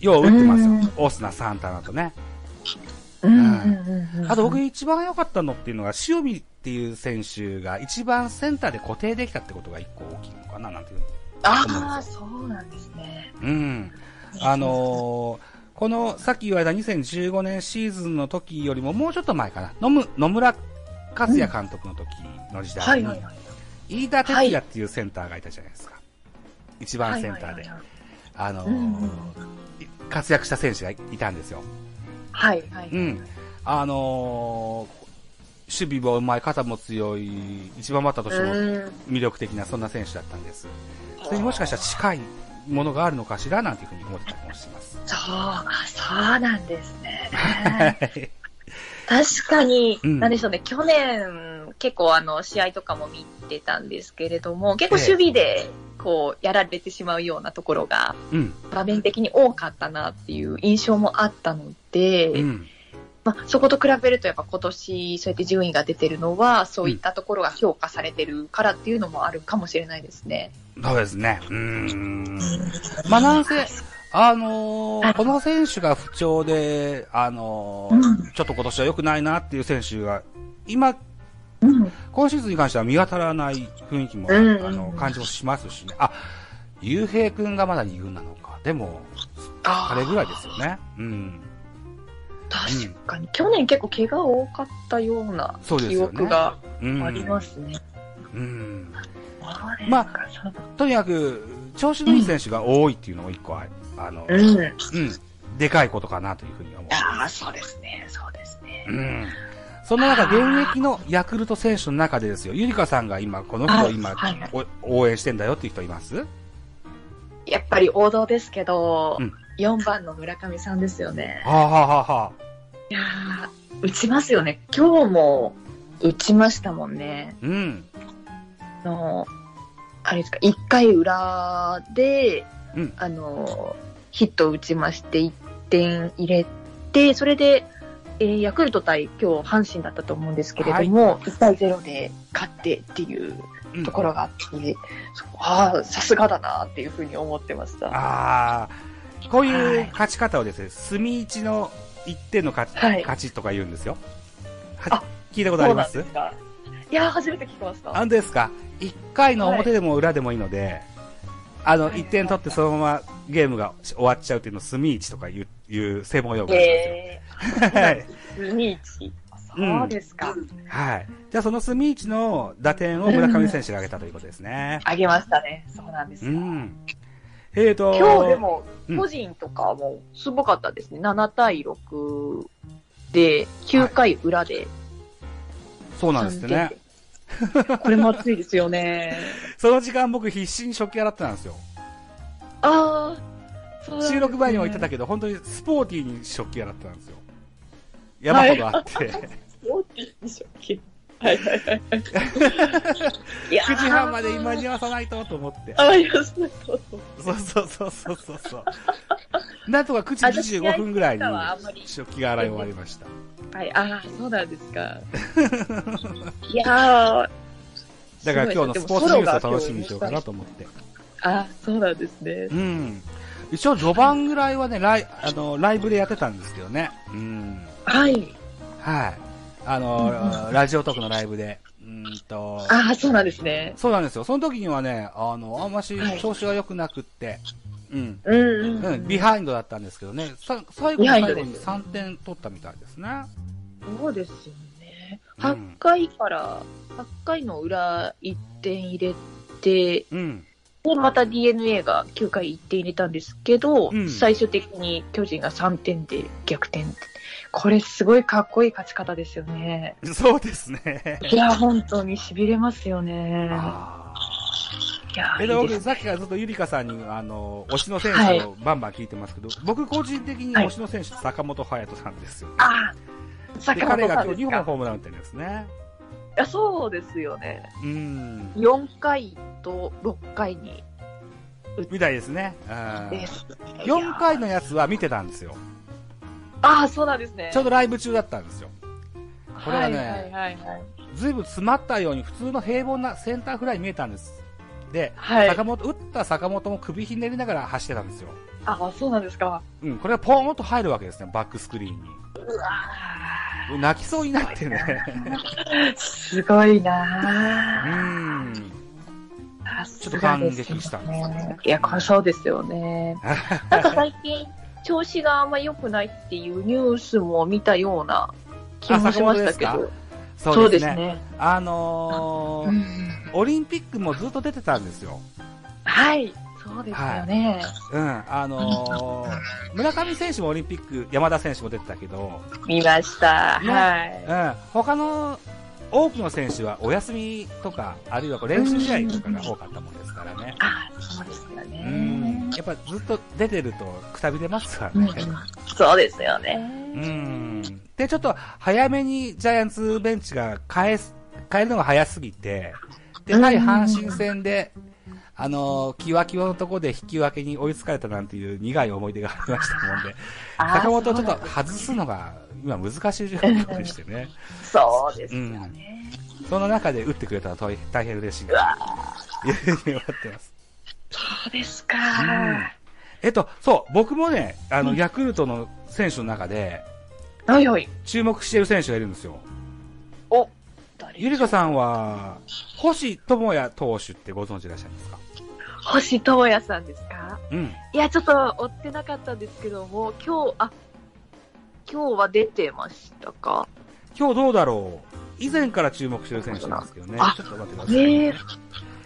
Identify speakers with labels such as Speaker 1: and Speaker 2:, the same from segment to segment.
Speaker 1: よう打ってますよ
Speaker 2: うんうん。
Speaker 1: オスナ、サンタナとね。
Speaker 2: うんうんうんうん
Speaker 1: あと僕一番良かったのっていうのが、塩見っていう選手が一番センターで固定できたってことが一個大きいのかな、なんていう。
Speaker 2: ああ、そうなんですね。
Speaker 1: うん。あのーこのさっき言われた2015年シーズンの時よりももうちょっと前かな。野む野村和也監督の時の時
Speaker 2: は
Speaker 1: 代
Speaker 2: い
Speaker 1: に、
Speaker 2: はいはい。
Speaker 1: 飯田哲也っていうセンターがいたじゃないですか。一番センターで。あのー
Speaker 2: うんうん
Speaker 1: 活躍した選手がいたんですよ。
Speaker 2: はいはい。
Speaker 1: うん。あのー守備もうまい、肩も強い、一番バッターとしても
Speaker 2: うん
Speaker 1: 魅力的な、そんな選手だったんです。それにもしかしたら近いものがあるのかしら、なんていうふうに思ってたりもします。
Speaker 2: そうか、そうなんです ね。
Speaker 1: はい。
Speaker 2: 確かに、
Speaker 1: うん
Speaker 2: なんでしょうね、去年、結構あの、試合とかも見てたんですけれども、結構
Speaker 1: ええ
Speaker 2: 守備で、こう、やられてしまうようなところが、
Speaker 1: うん。
Speaker 2: 場面的に多かったなっていう印象もあったので、
Speaker 1: うん。
Speaker 2: まあ、そこと比べると、やっぱ今年、そうやって順位が出てるのは、そういったところが評価されてるからっていうのもあるかもしれないですね。
Speaker 1: そうですね。うーん。まあ、なんせ、あのーこの選手が不調で、あのー
Speaker 2: う
Speaker 1: ちょっと今年は良くないなっていう選手が、今、
Speaker 2: うん、
Speaker 1: 今シーズンに関しては見当たらない雰囲気も、
Speaker 2: うん
Speaker 1: あの感じもしますしね。あ、ゆうへいくんがまだ2軍なのか。でも、
Speaker 2: あ
Speaker 1: 彼ぐらいですよね。うん。
Speaker 2: 確かに、去年結構怪我多かったような
Speaker 1: そうです
Speaker 2: 記
Speaker 1: よね
Speaker 2: 憶が
Speaker 1: うん。
Speaker 2: ありま。すね。
Speaker 1: うん。ま
Speaker 2: ま
Speaker 1: あとにかく、調子のいい選手が多いっていうのも一個あ、あの、
Speaker 2: うん。い
Speaker 1: うん。でかいことかなというふうに思う。
Speaker 2: やーそうですね、そうですね。
Speaker 1: うん。そんな中、現役のヤクルト選手の中でですよ、ゆりかさんが今、この
Speaker 2: は
Speaker 1: 人
Speaker 2: い
Speaker 1: 今、
Speaker 2: はいはい
Speaker 1: お応援してんだよっていう人います
Speaker 2: やっぱり王道ですけど、
Speaker 1: うん
Speaker 2: 4番の村上さんですよね。
Speaker 1: はあ、はあはあはあ、
Speaker 2: いやー打ちますよね。今日も打ちましたもんね。
Speaker 1: うん。
Speaker 2: あの、あれですか、1回裏で、
Speaker 1: うん
Speaker 2: あの、ヒットを打ちまして、1点入れて、それで、えーヤクルト対今日阪神だったと思うんですけれども、1対0で勝ってっていう
Speaker 1: うん
Speaker 2: ところがあって、そうああ、さすがだなっていうふうに思ってました。
Speaker 1: ああ、こうい
Speaker 2: は
Speaker 1: う
Speaker 2: い
Speaker 1: 勝ち方をですね、隅一の1点の勝ち,、
Speaker 2: はい
Speaker 1: 勝ちとか言うんですよ。
Speaker 2: あ
Speaker 1: は聞いたこ
Speaker 2: そう
Speaker 1: とありま
Speaker 2: なん
Speaker 1: す
Speaker 2: ですかいやー、初めて聞きました。
Speaker 1: あんですか ?1 回の表でも裏でもいいので、あの、1点取ってそのままゲームが終わっちゃうっていうのを隅一とかいう、いう専門用語なんですよ。
Speaker 2: え
Speaker 1: はい。
Speaker 2: ー、2 1そうですか。
Speaker 1: はい。じゃあその隅一の打点を村上選手が挙げたということですね。
Speaker 2: あげましたね。そうなんです
Speaker 1: う
Speaker 2: よ。
Speaker 1: ん。えーと、
Speaker 2: 今日でも
Speaker 1: うん
Speaker 2: 個人とかもすごかったですね、7対6で9回裏で
Speaker 1: そうなんです
Speaker 2: 3
Speaker 1: よ
Speaker 2: 点
Speaker 1: ね。
Speaker 2: でこれも熱いです よね。
Speaker 1: その時間僕必死に食器洗ってたんですよ。
Speaker 2: ああ、そうなんですね
Speaker 1: 収録前にも言ってたけど、本当にスポーティーに食器洗ってたんですよ。山ほどあって。
Speaker 2: そうでしょうきはいはいはいはいいやー
Speaker 1: 9時半まで今に合わさないとと思って。
Speaker 2: あいやそうそうそ
Speaker 1: そ
Speaker 2: う
Speaker 1: うそうそうそうそうそう。なんとか9時25分ぐらいに
Speaker 2: 私はあんまり
Speaker 1: 食器が洗い終わりました。
Speaker 2: はい、ああ、そうなんですか。 いやー
Speaker 1: だから今日の
Speaker 2: す
Speaker 1: ス
Speaker 2: ご
Speaker 1: ポー
Speaker 2: い
Speaker 1: ツ
Speaker 2: ですね
Speaker 1: ニュースを楽しみにしようかなと思って。
Speaker 2: ああ、そうなんですね
Speaker 1: う。ん。一応序盤ぐらいはね、ライあのライブでやってたんですけどね。うん。
Speaker 2: はい。
Speaker 1: はい。あの、ラジオトークのライブで。うんと。
Speaker 2: ああ、そうなんですね。
Speaker 1: そうなんですよ。その時にはね、あの、あんまし調子が良くなくって。うん。
Speaker 2: うんうん。
Speaker 1: うん、ビハインドだったんですけどね、さ最後の
Speaker 2: ビハインド
Speaker 1: 最後
Speaker 2: です
Speaker 1: に3点取ったみたいですね。
Speaker 2: そうですよね。
Speaker 1: うん
Speaker 2: 8回から、8回の裏1点入れて、
Speaker 1: うん。
Speaker 2: で、また DNA が9回1点入れたんですけど、
Speaker 1: うん
Speaker 2: 最終的に巨人が3点で逆転。これすごいかっこいい勝ち方ですよね。
Speaker 1: そうですね。
Speaker 2: いや、本当に痺れますよね。
Speaker 1: あ
Speaker 2: いや
Speaker 1: ー、
Speaker 2: い
Speaker 1: え
Speaker 2: い
Speaker 1: で
Speaker 2: で
Speaker 1: 僕、
Speaker 2: す
Speaker 1: さっきからずっとゆりかさんに、あの、推しの選手をバンバン聞いてますけど、僕個人的に推しの選手、坂本勇人さんですよね。
Speaker 2: ああ、
Speaker 1: で、
Speaker 2: 坂
Speaker 1: 彼
Speaker 2: 本
Speaker 1: が
Speaker 2: さん
Speaker 1: 今
Speaker 2: で
Speaker 1: 日
Speaker 2: す
Speaker 1: 2本
Speaker 2: か。
Speaker 1: ホームラン打ってるんですね。
Speaker 2: いや、そうですよね。
Speaker 1: うん。
Speaker 2: 4回と6回に
Speaker 1: みたいですね。うん。
Speaker 2: です。
Speaker 1: 4回のやつは見てたんですよ。
Speaker 2: ああ、そうなんですね。
Speaker 1: ちょうどライブ中だったんですよ。これがね
Speaker 2: はいはいはいはい。
Speaker 1: ずいぶん詰まったように普通の平凡なセンターフライに見えたんです。で、
Speaker 2: はい
Speaker 1: 坂本、打った坂本も首ひねりながら走ってたんですよ。
Speaker 2: あ、そうなんですか。
Speaker 1: うん、これがポーンと入るわけですね、バックスクリーン
Speaker 2: あ
Speaker 1: に。泣きそうになってね。
Speaker 2: ーすごいな
Speaker 1: う
Speaker 2: ー
Speaker 1: ん。
Speaker 2: さすがです
Speaker 1: ちょっと感
Speaker 2: ね
Speaker 1: 激したんですよね
Speaker 2: いや、そうですよ ね。なんか最近、調子があんま良くないっていうニュースも見たような気もしましたけ
Speaker 1: あ坂本
Speaker 2: ど。
Speaker 1: そうですね。
Speaker 2: ね。
Speaker 1: あのー
Speaker 2: うん
Speaker 1: オリンピックもずっと出てたんですよ。
Speaker 2: はい、そうですよね。
Speaker 1: うん、あのー村上選手もオリンピック、山田選手も出てたけど、
Speaker 2: 見ました。
Speaker 1: ね
Speaker 2: はい。
Speaker 1: うん、他の多くの選手はお休みとか、あるいはこう練習試合とかが多かったもんですからね。
Speaker 2: あ、そうですよ
Speaker 1: う
Speaker 2: ね
Speaker 1: ん。、やっぱずっと出てるとくたびれますから
Speaker 2: うん
Speaker 1: ね。
Speaker 2: そうですよ
Speaker 1: う
Speaker 2: ね。
Speaker 1: ん。で、ちょっと早めにジャイアンツベンチが変え、変えるのが早すぎて、で、やはり阪神戦で、あのー、キワキワのところで引き分けに追いつかれたなんていう苦い思い出がありましたもんで、
Speaker 2: あ
Speaker 1: 坂本をちょっと外すのが今難しい状況でしてね、
Speaker 2: そうですよね。
Speaker 1: その中で打ってくれたら大大変嬉しいな
Speaker 2: うわ
Speaker 1: というふうに思ってます。
Speaker 2: そうですか。
Speaker 1: えっと、そう、僕もね、あの、ヤクルトの選手の中で、
Speaker 2: はいはい。
Speaker 1: 注目してる選手がいるんですよ。
Speaker 2: お、誰
Speaker 1: ゆりかさんは、星智也投手ってご存知いらっしゃいますか
Speaker 2: 星智也さんですか
Speaker 1: うん。
Speaker 2: いや、ちょっと追ってなかったんですけども、今日、あ、今日は出てましたか
Speaker 1: 今日どうだろう以前から注目してる選手なんですけどね。
Speaker 2: あ
Speaker 1: ちょっと待ってください、ね。
Speaker 2: えー、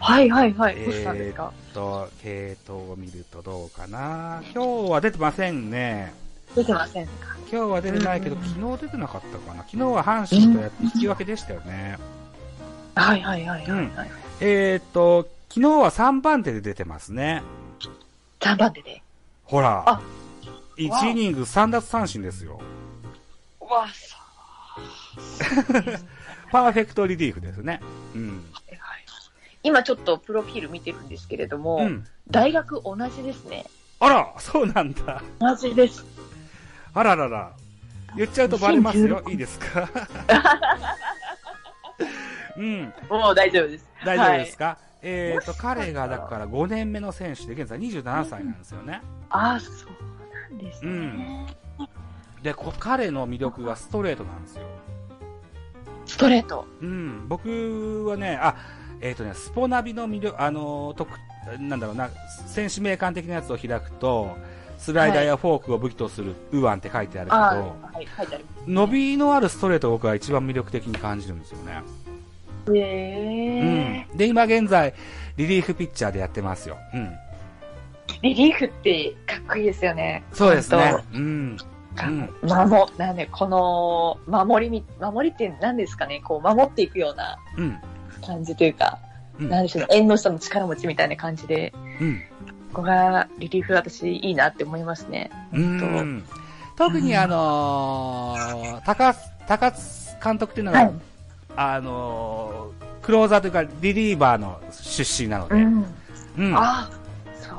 Speaker 2: はいはいはい。
Speaker 1: えー
Speaker 2: 星さんですか
Speaker 1: えっと、系統を見るとどうかな今日は出てませんね。
Speaker 2: 出てませんか
Speaker 1: 今日は出てないけど、
Speaker 2: うん
Speaker 1: 昨日出てなかったかな昨日は阪神とやって引き分けでしたよね。
Speaker 2: はいはいはいはい、
Speaker 1: うん
Speaker 2: はい。
Speaker 1: えーっと、昨日は3番手で出てますね。
Speaker 2: 3番手で。
Speaker 1: ほら
Speaker 2: あ。わ
Speaker 1: 1
Speaker 2: あ
Speaker 1: イニング3奪三振ですよ。
Speaker 2: うわ、そう。
Speaker 1: パーフェクトリリーフですね。うん。
Speaker 2: はい今ちょっとプロフィール見てるんですけれども、
Speaker 1: うん。
Speaker 2: 大学同じですね。
Speaker 1: あら、そうなんだ。
Speaker 2: 同じです。
Speaker 1: あららら。言っちゃうとバレますよ。いいです かうん、
Speaker 2: もう大丈夫です。
Speaker 1: 大丈夫です
Speaker 2: はい
Speaker 1: か、えっ、と、彼がだから5年目の選手で、現在27歳なんですよね。
Speaker 2: ああ、そうなんですね。
Speaker 1: うんで、こ彼の魅力がストレートなんですよ。
Speaker 2: ストレート。
Speaker 1: うん、僕はね、あ、えっ、とね、スポナビの魅力、あのー、特、なんだろうな、選手名鑑的なやつを開くと、スライダーやフォークを武器とするウーアンって書いてあるけど、
Speaker 2: ああ、はい、書いてありま
Speaker 1: 伸びのあるストレートを僕は一番魅力的に感じるんですよね。
Speaker 2: す。へえ、
Speaker 1: うん。で、今現在、リリーフピッチャーでやってますよ。うん。
Speaker 2: リリーフってかっこいいですよね。
Speaker 1: そうですね
Speaker 2: 本。
Speaker 1: うん。うん。
Speaker 2: 当。守、なんで、この、守りみ、守りって何ですかね、こう、守っていくような
Speaker 1: うん。
Speaker 2: 感じというか、
Speaker 1: うん
Speaker 2: なんでしょうね、縁の下の力持ちみたいな感じで、
Speaker 1: うん。
Speaker 2: ここがリリーフ私いいなって思いますね。
Speaker 1: うん。特にあのー、高津、高津監督っていうのが、
Speaker 2: はい
Speaker 1: あのー、クローザーというか、リリーバーの出身なので、うん。
Speaker 2: あ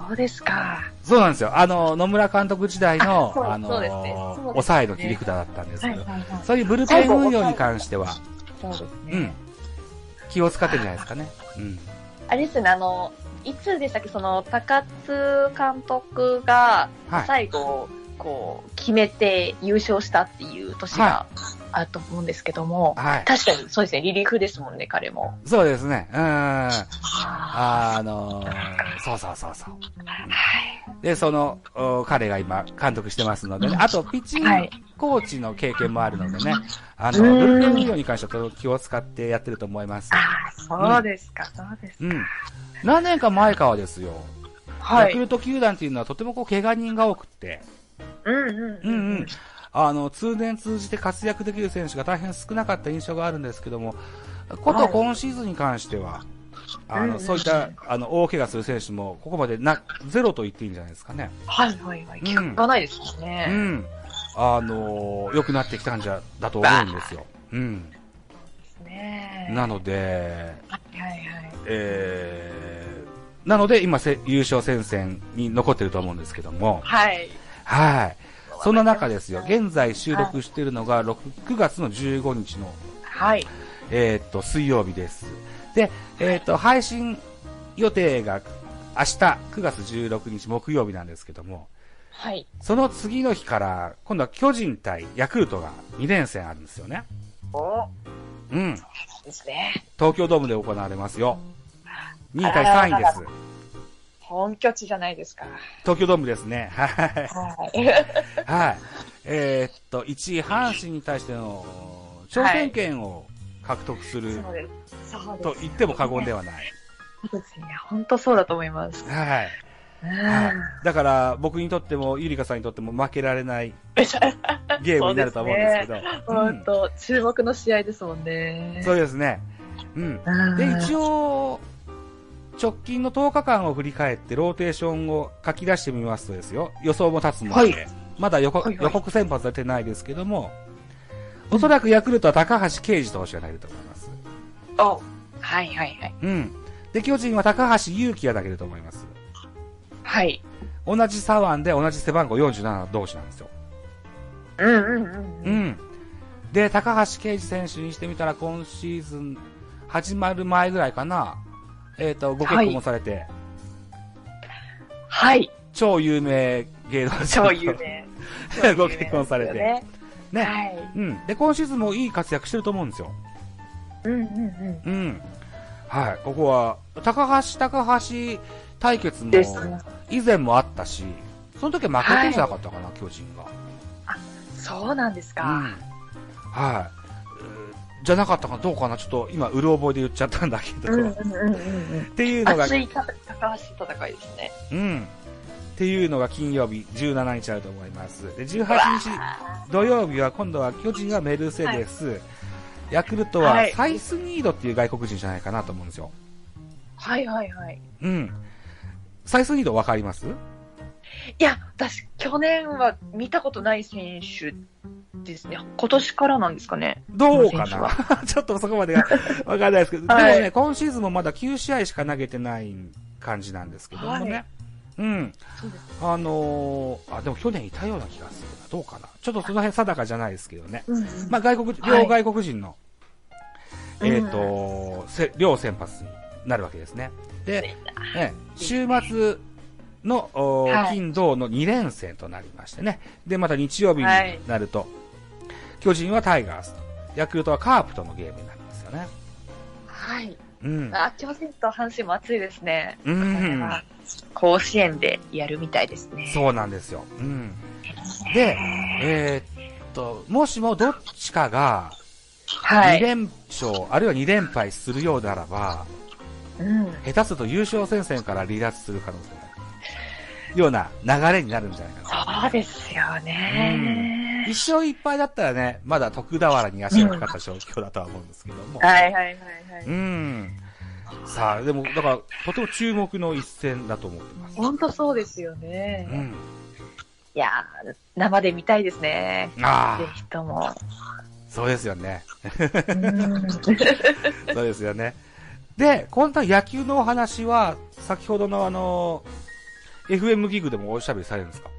Speaker 2: そうですか。
Speaker 1: そうなんですよ。あの、野村監督時代の
Speaker 2: あ、そう
Speaker 1: あ
Speaker 2: そ
Speaker 1: の
Speaker 2: うですねそうです
Speaker 1: ー、
Speaker 2: ね
Speaker 1: 抑えの切り札だったんですけど、
Speaker 2: はい。
Speaker 1: そういうブルペン運用に関しては、
Speaker 2: そうですね。
Speaker 1: うん。気を使ってるんじゃないですかね。うん。
Speaker 2: あれですね、あの、いつでしたっけ、その、高津監督が
Speaker 1: はい。
Speaker 2: 最後、こう、決めて優勝したっていう年があったと思うんですけども、
Speaker 1: はい。
Speaker 2: 確かにそうですね、リリーフですもんね、彼も。
Speaker 1: そうですね。うーん。
Speaker 2: は
Speaker 1: あのー、そうそうそうそう。
Speaker 2: い。
Speaker 1: で、その、お彼が今、監督してますのでね、あと、ピッチング
Speaker 2: はい
Speaker 1: コーチの経験もあるのでね、あ
Speaker 2: う
Speaker 1: の、
Speaker 2: ーん
Speaker 1: ブルペン運用に関しては気を使ってやってると思います
Speaker 2: あ。ーそうですか、そうです
Speaker 1: う
Speaker 2: か。
Speaker 1: ん。何年か前からですよ、
Speaker 2: は
Speaker 1: ヤク
Speaker 2: い。
Speaker 1: ルト球団っていうのはとてもこう、怪我人が多くって、
Speaker 2: うんうん
Speaker 1: うんうん。あの、通年通じて活躍できる選手が大変少なかった印象があるんですけども、こと
Speaker 2: はい
Speaker 1: 今シーズンに関しては、あ
Speaker 2: うんう
Speaker 1: の、
Speaker 2: ん
Speaker 1: そういった、あの、大怪我する選手も、ここまでな、ゼロと言っていいんじゃないですかね。
Speaker 2: はいはいはい。
Speaker 1: うん
Speaker 2: 聞かないですもん
Speaker 1: う
Speaker 2: ね。
Speaker 1: ん。あのー良くなってきたんじゃ、だと思うんですよ。うん。
Speaker 2: ねえ
Speaker 1: なので、
Speaker 2: はいはい。
Speaker 1: えー、なので今せ、優勝戦線に残ってると思うんですけども、
Speaker 2: はい。
Speaker 1: はい。そんな中ですよ、
Speaker 2: はい
Speaker 1: 現在収録しているのが6 9月の15日の
Speaker 2: はい。
Speaker 1: えーっと、水曜日です。で、えーっと、配信予定が明日9月16日木曜日なんですけども、
Speaker 2: はい。
Speaker 1: その次の日から、今度は巨人対ヤクルトが2連戦あるんですよね。
Speaker 2: お
Speaker 1: うん。
Speaker 2: ですね。
Speaker 1: 東京ドームで行われますよ。2位対3位です。
Speaker 2: 本拠地じゃないですか。
Speaker 1: 東京ドームですね。 はい。
Speaker 2: はい。
Speaker 1: はい。えーっと、1位阪神に対しての挑戦権を獲得する
Speaker 2: そうです。そうです。
Speaker 1: と言っても過言ではない。
Speaker 2: そうですね。本当そうだと思います。
Speaker 1: はい。
Speaker 2: うん。
Speaker 1: はい。だから、僕にとっても、ゆりかさんにとっても負けられ ないゲームになると思うんですけど。
Speaker 2: 本当、注目の試合ですもんね
Speaker 1: うん。そうですね。うん。
Speaker 2: うん
Speaker 1: で、一応、直近の10日間を振り返って、ローテーションを書き出してみますとですよ、予想も立つので、
Speaker 2: は
Speaker 1: まだ予告,、
Speaker 2: はいはい
Speaker 1: 予告先発は出てないですけども、おそらくヤクルトは高橋奎二投手が投げると思います。
Speaker 2: おはいはいはい。
Speaker 1: うん。で、巨人は高橋祐希が投げると思います。
Speaker 2: はい。
Speaker 1: 同じ左腕で同じ背番号47同士なんですよ。
Speaker 2: うんうん
Speaker 1: う
Speaker 2: うん。
Speaker 1: ん。で、高橋奎二選手にしてみたら、今シーズン始まる前ぐらいかな、えっ、と、ご結婚もされて、
Speaker 2: はい。
Speaker 1: 超有名芸能人。
Speaker 2: 超有。名。
Speaker 1: ご結婚されて
Speaker 2: そうですよね
Speaker 1: ね。
Speaker 2: はい。
Speaker 1: うん。で、今シーズンもいい活躍してると思うんですよ。
Speaker 2: うんうんうん。
Speaker 1: うん。はい。ここは、高橋、高橋対決も
Speaker 2: です、
Speaker 1: 以前もあったし、その時は負けてじゃなかったかな、巨人が。
Speaker 2: そうなんです
Speaker 1: うん。
Speaker 2: か。
Speaker 1: はい。うーじゃなかったかな、どうかな、ちょっと今、うる覚えで言っちゃったんだけど。っ
Speaker 2: うんうんうん。
Speaker 1: ていうのが、
Speaker 2: 熱い高橋戦いですね。
Speaker 1: うん。っていうのが金曜日17日あると思います。で、
Speaker 2: うわ
Speaker 1: 18日、土曜日は今度は巨人はメルセデス、ヤクルトは
Speaker 2: はい
Speaker 1: サイスニードっていう外国人じゃないかなと思うんですよ。
Speaker 2: はいはいはい。
Speaker 1: うん。サイスニードわかります
Speaker 2: いや、私、去年は見たことない選手ですね。今年からなんですかね。
Speaker 1: どうか
Speaker 2: この選手は
Speaker 1: な ちょっとそこま でがわからないですけど、
Speaker 2: はい
Speaker 1: でもね、今シーズンもまだ9試合しか投げてない感じなんですけどもね。
Speaker 2: はい
Speaker 1: うん。
Speaker 2: そうです。
Speaker 1: あのーあ、でも去年いたような気がするな。どうかなちょっとその辺定かじゃないですけどね。
Speaker 2: うん
Speaker 1: まあ、外国、
Speaker 2: は
Speaker 1: 両
Speaker 2: い
Speaker 1: 外国人の、
Speaker 2: うん
Speaker 1: えっ、と、せ両先発になるわけですね。で、ええ週末の、お
Speaker 2: はい
Speaker 1: 金、土の2連戦となりましてね。で、また日曜日に
Speaker 2: はい
Speaker 1: なると、巨人はタイガースと、ヤクルトはカープとのゲームになるんですよね。
Speaker 2: はい。
Speaker 1: うん。
Speaker 2: あ、巨人と阪神も熱いですね。
Speaker 1: う
Speaker 2: これ
Speaker 1: ん。
Speaker 2: は甲子園でやるみたいですね。
Speaker 1: そうなんですよ。うん。で、えーっと、もしもどっちかが
Speaker 2: は
Speaker 1: 2
Speaker 2: い。
Speaker 1: 連勝、あるいは2連敗するようならば、
Speaker 2: うん。
Speaker 1: 下手すると優勝戦線から離脱する可能性がある。ような流れになるんじゃないかな。
Speaker 2: そうですよね。
Speaker 1: 一勝一敗だったらね、まだ徳田原に足がかかった状況だとは思うんですけども。
Speaker 2: はいはいはいは
Speaker 1: う
Speaker 2: い。
Speaker 1: ん。さあ、でも、だから、とても注目の一戦だと思ってます。
Speaker 2: 本当そうですよ
Speaker 1: う
Speaker 2: ね。
Speaker 1: ん。
Speaker 2: いやー、生で見たいですね。
Speaker 1: あ
Speaker 2: ぜ
Speaker 1: あ、
Speaker 2: ひ とも。
Speaker 1: そうですよね。
Speaker 2: うん
Speaker 1: そうですよね。で、今度は野球のお話は、先ほどのあの、FM ギグでもおしゃべりされるんですか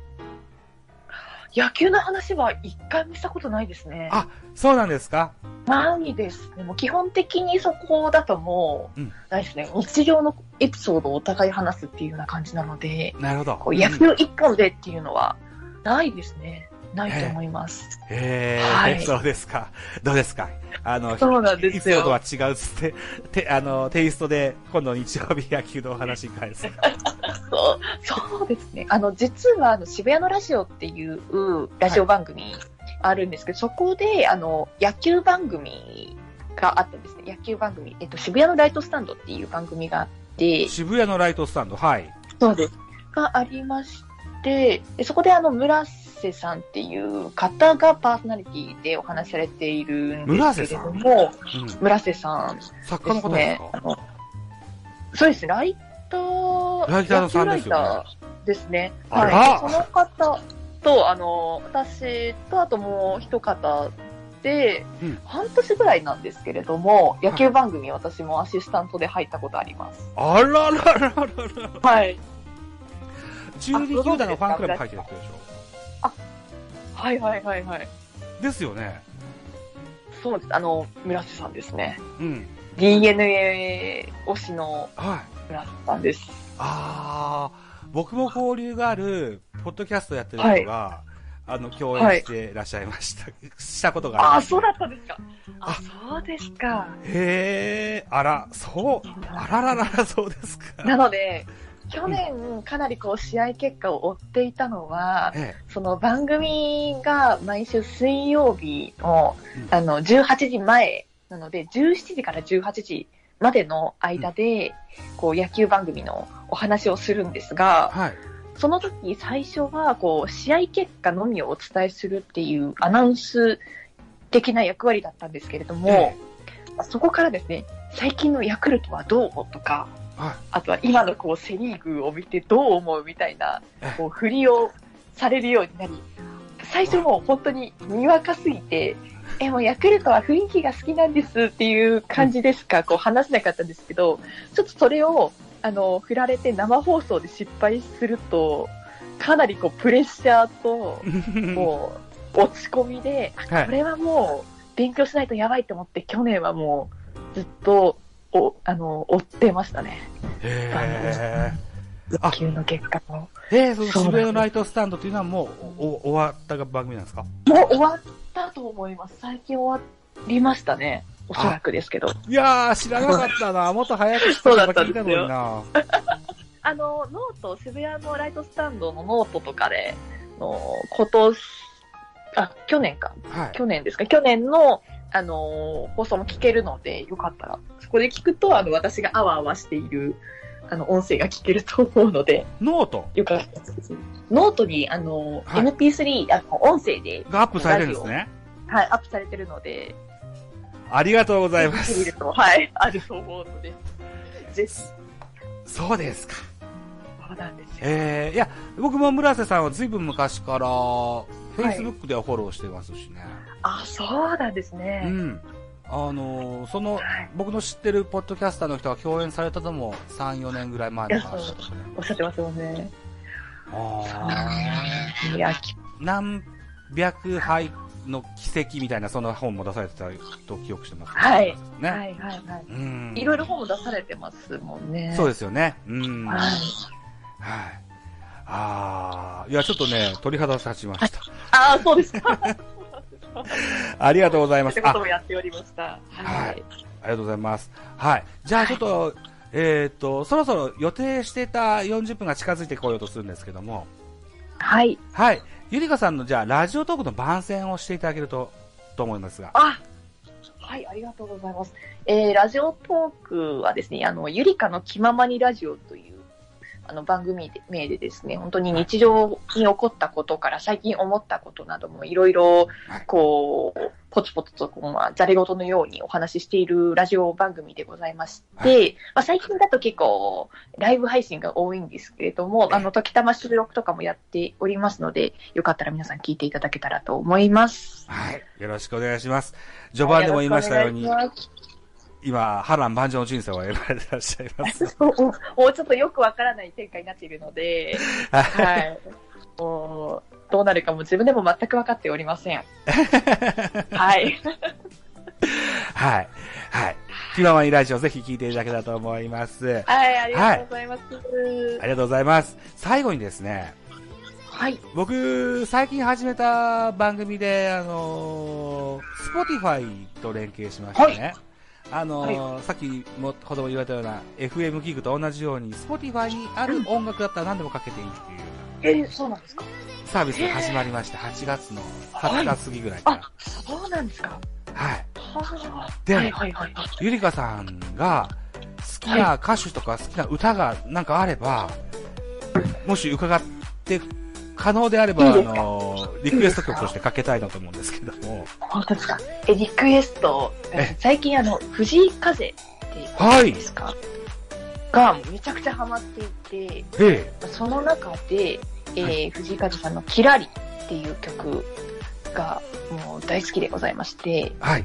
Speaker 2: 野球の話は一回もしたことないですね。
Speaker 1: あそうなんですか
Speaker 2: ないですね。もう基本的にそこだともう
Speaker 1: うん、
Speaker 2: ないですね。日常のエピソードをお互い話すっていうような感じなので、
Speaker 1: なるほど。
Speaker 2: こう野球一本でっていうのはないですね。ないと思います。
Speaker 1: えー
Speaker 2: はい
Speaker 1: そうですか。どうですかあの、
Speaker 2: そうなん
Speaker 1: い
Speaker 2: です
Speaker 1: つもと
Speaker 2: よ。
Speaker 1: は違うつって、て、あの、テイストで、今度日曜日野球のお話に返す。
Speaker 2: そうそうですね。あの、実はあの渋谷のラジオっていうラジオ番組あるんですけど、そこであの野球番組があったんですね。野球番組。えっと、渋谷のライトスタンドっていう番組があって、
Speaker 1: 渋谷のライトスタンド、はい。
Speaker 2: そうです。がありまして、でそこであの、村瀬さんっていう方がパーソナリティでお話しされているんですけれども、
Speaker 1: うん。
Speaker 2: 村瀬さんで
Speaker 1: 作家の
Speaker 2: す
Speaker 1: 方です
Speaker 2: ね。
Speaker 1: か
Speaker 2: あのそうですね、ライター、
Speaker 1: ライターさんですよね
Speaker 2: 野球ライターですね。
Speaker 1: あら
Speaker 2: はい。その方と、あの、私と、あともう一方で、
Speaker 1: うん
Speaker 2: 半年ぐらいなんですけれども、野球番組、私もアシスタントで入ったことあります。
Speaker 1: あらららららら。
Speaker 2: はい。
Speaker 1: 12球団のファンクラブ入ってる人でし
Speaker 2: はいはいはいはい。
Speaker 1: ょですよね。
Speaker 2: そうです。あの、村瀬さんですね。
Speaker 1: うん。
Speaker 2: DNA 推しの
Speaker 1: はい。
Speaker 2: くなったんです。
Speaker 1: ああ、僕も交流がある、ポッドキャストやってる人が、あの、共演してらっしゃいました。したことが
Speaker 2: あ
Speaker 1: あ
Speaker 2: あ、
Speaker 1: ります
Speaker 2: そうだったんですか。
Speaker 1: あ
Speaker 2: あ、そうですか。
Speaker 1: へえ、あら、そう、あらららら、そうです
Speaker 2: な
Speaker 1: か。
Speaker 2: ので、去年かなりこう試合結果を追っていたのは、
Speaker 1: え
Speaker 2: その番組が毎週水曜日の
Speaker 1: うん
Speaker 2: あの18時前なので、17時から18時までの間で、こう野球番組のお話をするんです
Speaker 1: え、
Speaker 2: が、
Speaker 1: はい。
Speaker 2: その時最初はこう試合結果のみをお伝えするっていうアナウンス的な役割だったんですけれども
Speaker 1: え、
Speaker 2: そこからですね、最近のヤクルトはどうとか、
Speaker 1: はい。
Speaker 2: あとは今のこうセ・リーグを見てどう思うみたいな
Speaker 1: え
Speaker 2: こう振りをされるようになり最初もう本当ににわかすぎてえもうヤクルトは雰囲気が好きなんですっていう感じでしかこう話せなかったんですけどちょっとそれをあの振られて生放送で失敗するとかなりこうプレッシャーともう落ち込みで
Speaker 1: は
Speaker 2: こ
Speaker 1: い。
Speaker 2: れはもう勉強しないとやばいと思って去年はもうずっとおあの追ってましたね。
Speaker 1: へえ。あ
Speaker 2: 野、球の結果も。
Speaker 1: えー、その渋谷のライトスタンドというのはもうおお終わった番組なんですか
Speaker 2: もう終わったと思います。最近終わりましたね。おそらくですけど。あ
Speaker 1: いやー、知らなかった な。もっと早く知ったら聞いたのにな。
Speaker 2: の、ノート、渋谷のライトスタンドのノートとかで、あの今年、あ、去年か。
Speaker 1: はい。
Speaker 2: 去年ですか。去年の、あのー放送も聞けるので、よかったら。そこで聞くと、あの、私があわあわしている、あの、音声が聞けると思うので、
Speaker 1: ノート
Speaker 2: よかったです。ノートに、あの、
Speaker 1: はい
Speaker 2: MP3、あの、音声で、
Speaker 1: がアップされてるんですね。
Speaker 2: はい、アップされてるので、
Speaker 1: ありがとうございま
Speaker 2: 見
Speaker 1: す
Speaker 2: る。と、はい、あると思うので。ぜひ。そ
Speaker 1: そうですか。
Speaker 2: うなんですよ。
Speaker 1: えー、いや、僕も村瀬さんはずいぶん昔から、Facebook ではフォローしてますしね。
Speaker 2: あ、そうなんです
Speaker 1: う
Speaker 2: ね。
Speaker 1: ん。あのーその、
Speaker 2: はい。
Speaker 1: 僕の知ってるポッドキャスターの人が共演されたのも3、4年ぐらい前の話だったね。
Speaker 2: おっしゃってますもんね。
Speaker 1: あ
Speaker 2: いや、き
Speaker 1: ー何百杯の奇跡みたいな、その本も出されてたと記憶してます、
Speaker 2: はい。
Speaker 1: ね。
Speaker 2: はいはいは
Speaker 1: うん。
Speaker 2: い。いろいろ本も出されてますもんね。
Speaker 1: そう
Speaker 2: で
Speaker 1: ですよね。うん。
Speaker 2: はい。
Speaker 1: はい。ああ、いや、ちょっとね、鳥肌立ちました。
Speaker 2: あそうですか。
Speaker 1: ありがとうございま
Speaker 2: っ
Speaker 1: す
Speaker 2: て。こ
Speaker 1: あ、
Speaker 2: ともやっておりました。はい。
Speaker 1: ありがとうございます。はい。じゃあちょっと、えーっと、そろそろ予定してた40分が近づいてこようとするんですけども、
Speaker 2: はい。
Speaker 1: はい。ゆりかさんの、じゃあ、ラジオトークの番宣をしていただけると、と思いますが。
Speaker 2: あはい、ありがとうございます。えーラジオトークはですね、あの、ゆりかの気ままにラジオという、あの、番組名でですね、本当に日常に起こったことから、最近思ったことなども、いろいろ
Speaker 1: はい、
Speaker 2: こう、ポツポツと、こう、まあ、ざれ事のようにお話ししているラジオ番組でございまして、
Speaker 1: は
Speaker 2: まあ、最近だと結構、ライブ配信が多いんですけれども、あの、時たま収録とかもやっておりますので、よかったら皆さん聞いていただけたらと思います。
Speaker 1: はい。よろしくお願いします。序盤でも言いましたように
Speaker 2: よ、ろしくお願いします
Speaker 1: 今、波乱万丈の人生を選ばれてらっしゃいます。
Speaker 2: もうもうちょっとよくわからない展開になっているので、
Speaker 1: はい
Speaker 2: はい、もうどうなるかも自分でも全く分かっており ません。はい、
Speaker 1: はい。はい。気ままにラジオ、ぜひ聞いていただけたらと思います。
Speaker 2: はい、ありがとうございます。
Speaker 1: ありがとうございます。最後にですね、
Speaker 2: はい、
Speaker 1: 僕、最近始めた番組で、あのー、Spotify と連携しましてね、あのーさっきもほども言われたような FM ギグと同じように、Spotify にある音楽だったら何でもかけていいっていう
Speaker 2: えそうなんですか。
Speaker 1: サービスが始まりまして、8月の20日過ぎぐらいか
Speaker 2: あ、そうなんですか。
Speaker 1: ら。はい。
Speaker 2: は
Speaker 1: で
Speaker 2: はいはいはいはい。
Speaker 1: ゆりかさんが好きな歌手とか好きな歌がなんかあれば、もし伺って可能であれば、
Speaker 2: いいです
Speaker 1: あ
Speaker 2: か
Speaker 1: の、リクエスト曲としてかけたいなと思うんですけども。
Speaker 2: 本当ですか。えリクエスト
Speaker 1: え、
Speaker 2: 最近あの藤井風って
Speaker 1: はい
Speaker 2: いですか。がめちゃくちゃハマっていて。
Speaker 1: え
Speaker 2: その中で、
Speaker 1: は
Speaker 2: えー藤井風さんの「キラリ」っていう曲がもう大好きでございまして、
Speaker 1: え。はい。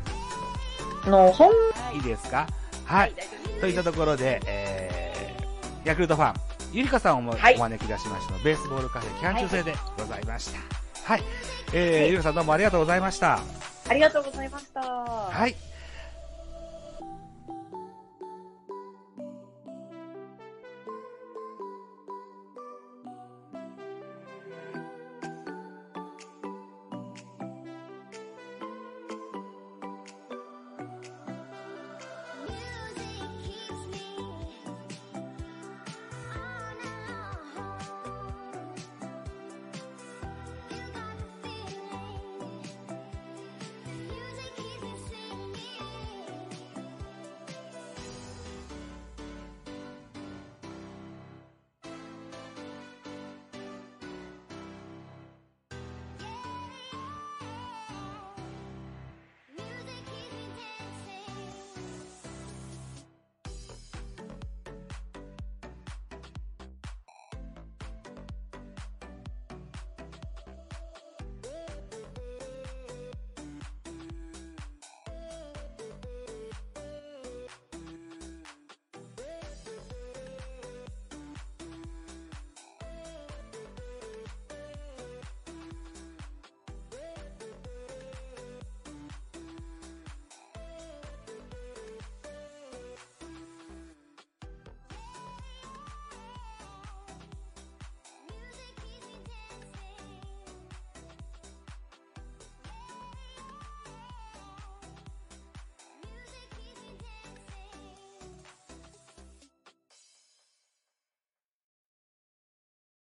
Speaker 2: あの本
Speaker 1: いいですかはい。といったところで、えー、ヤクルトファン、ゆりかさんをも
Speaker 2: はい
Speaker 1: お招き出しましたの、ベースボールカフェキャン中制でございました。はい。えー、ゆりかさんどうもありがとうございました。
Speaker 2: ありがとうございました。は
Speaker 1: はい。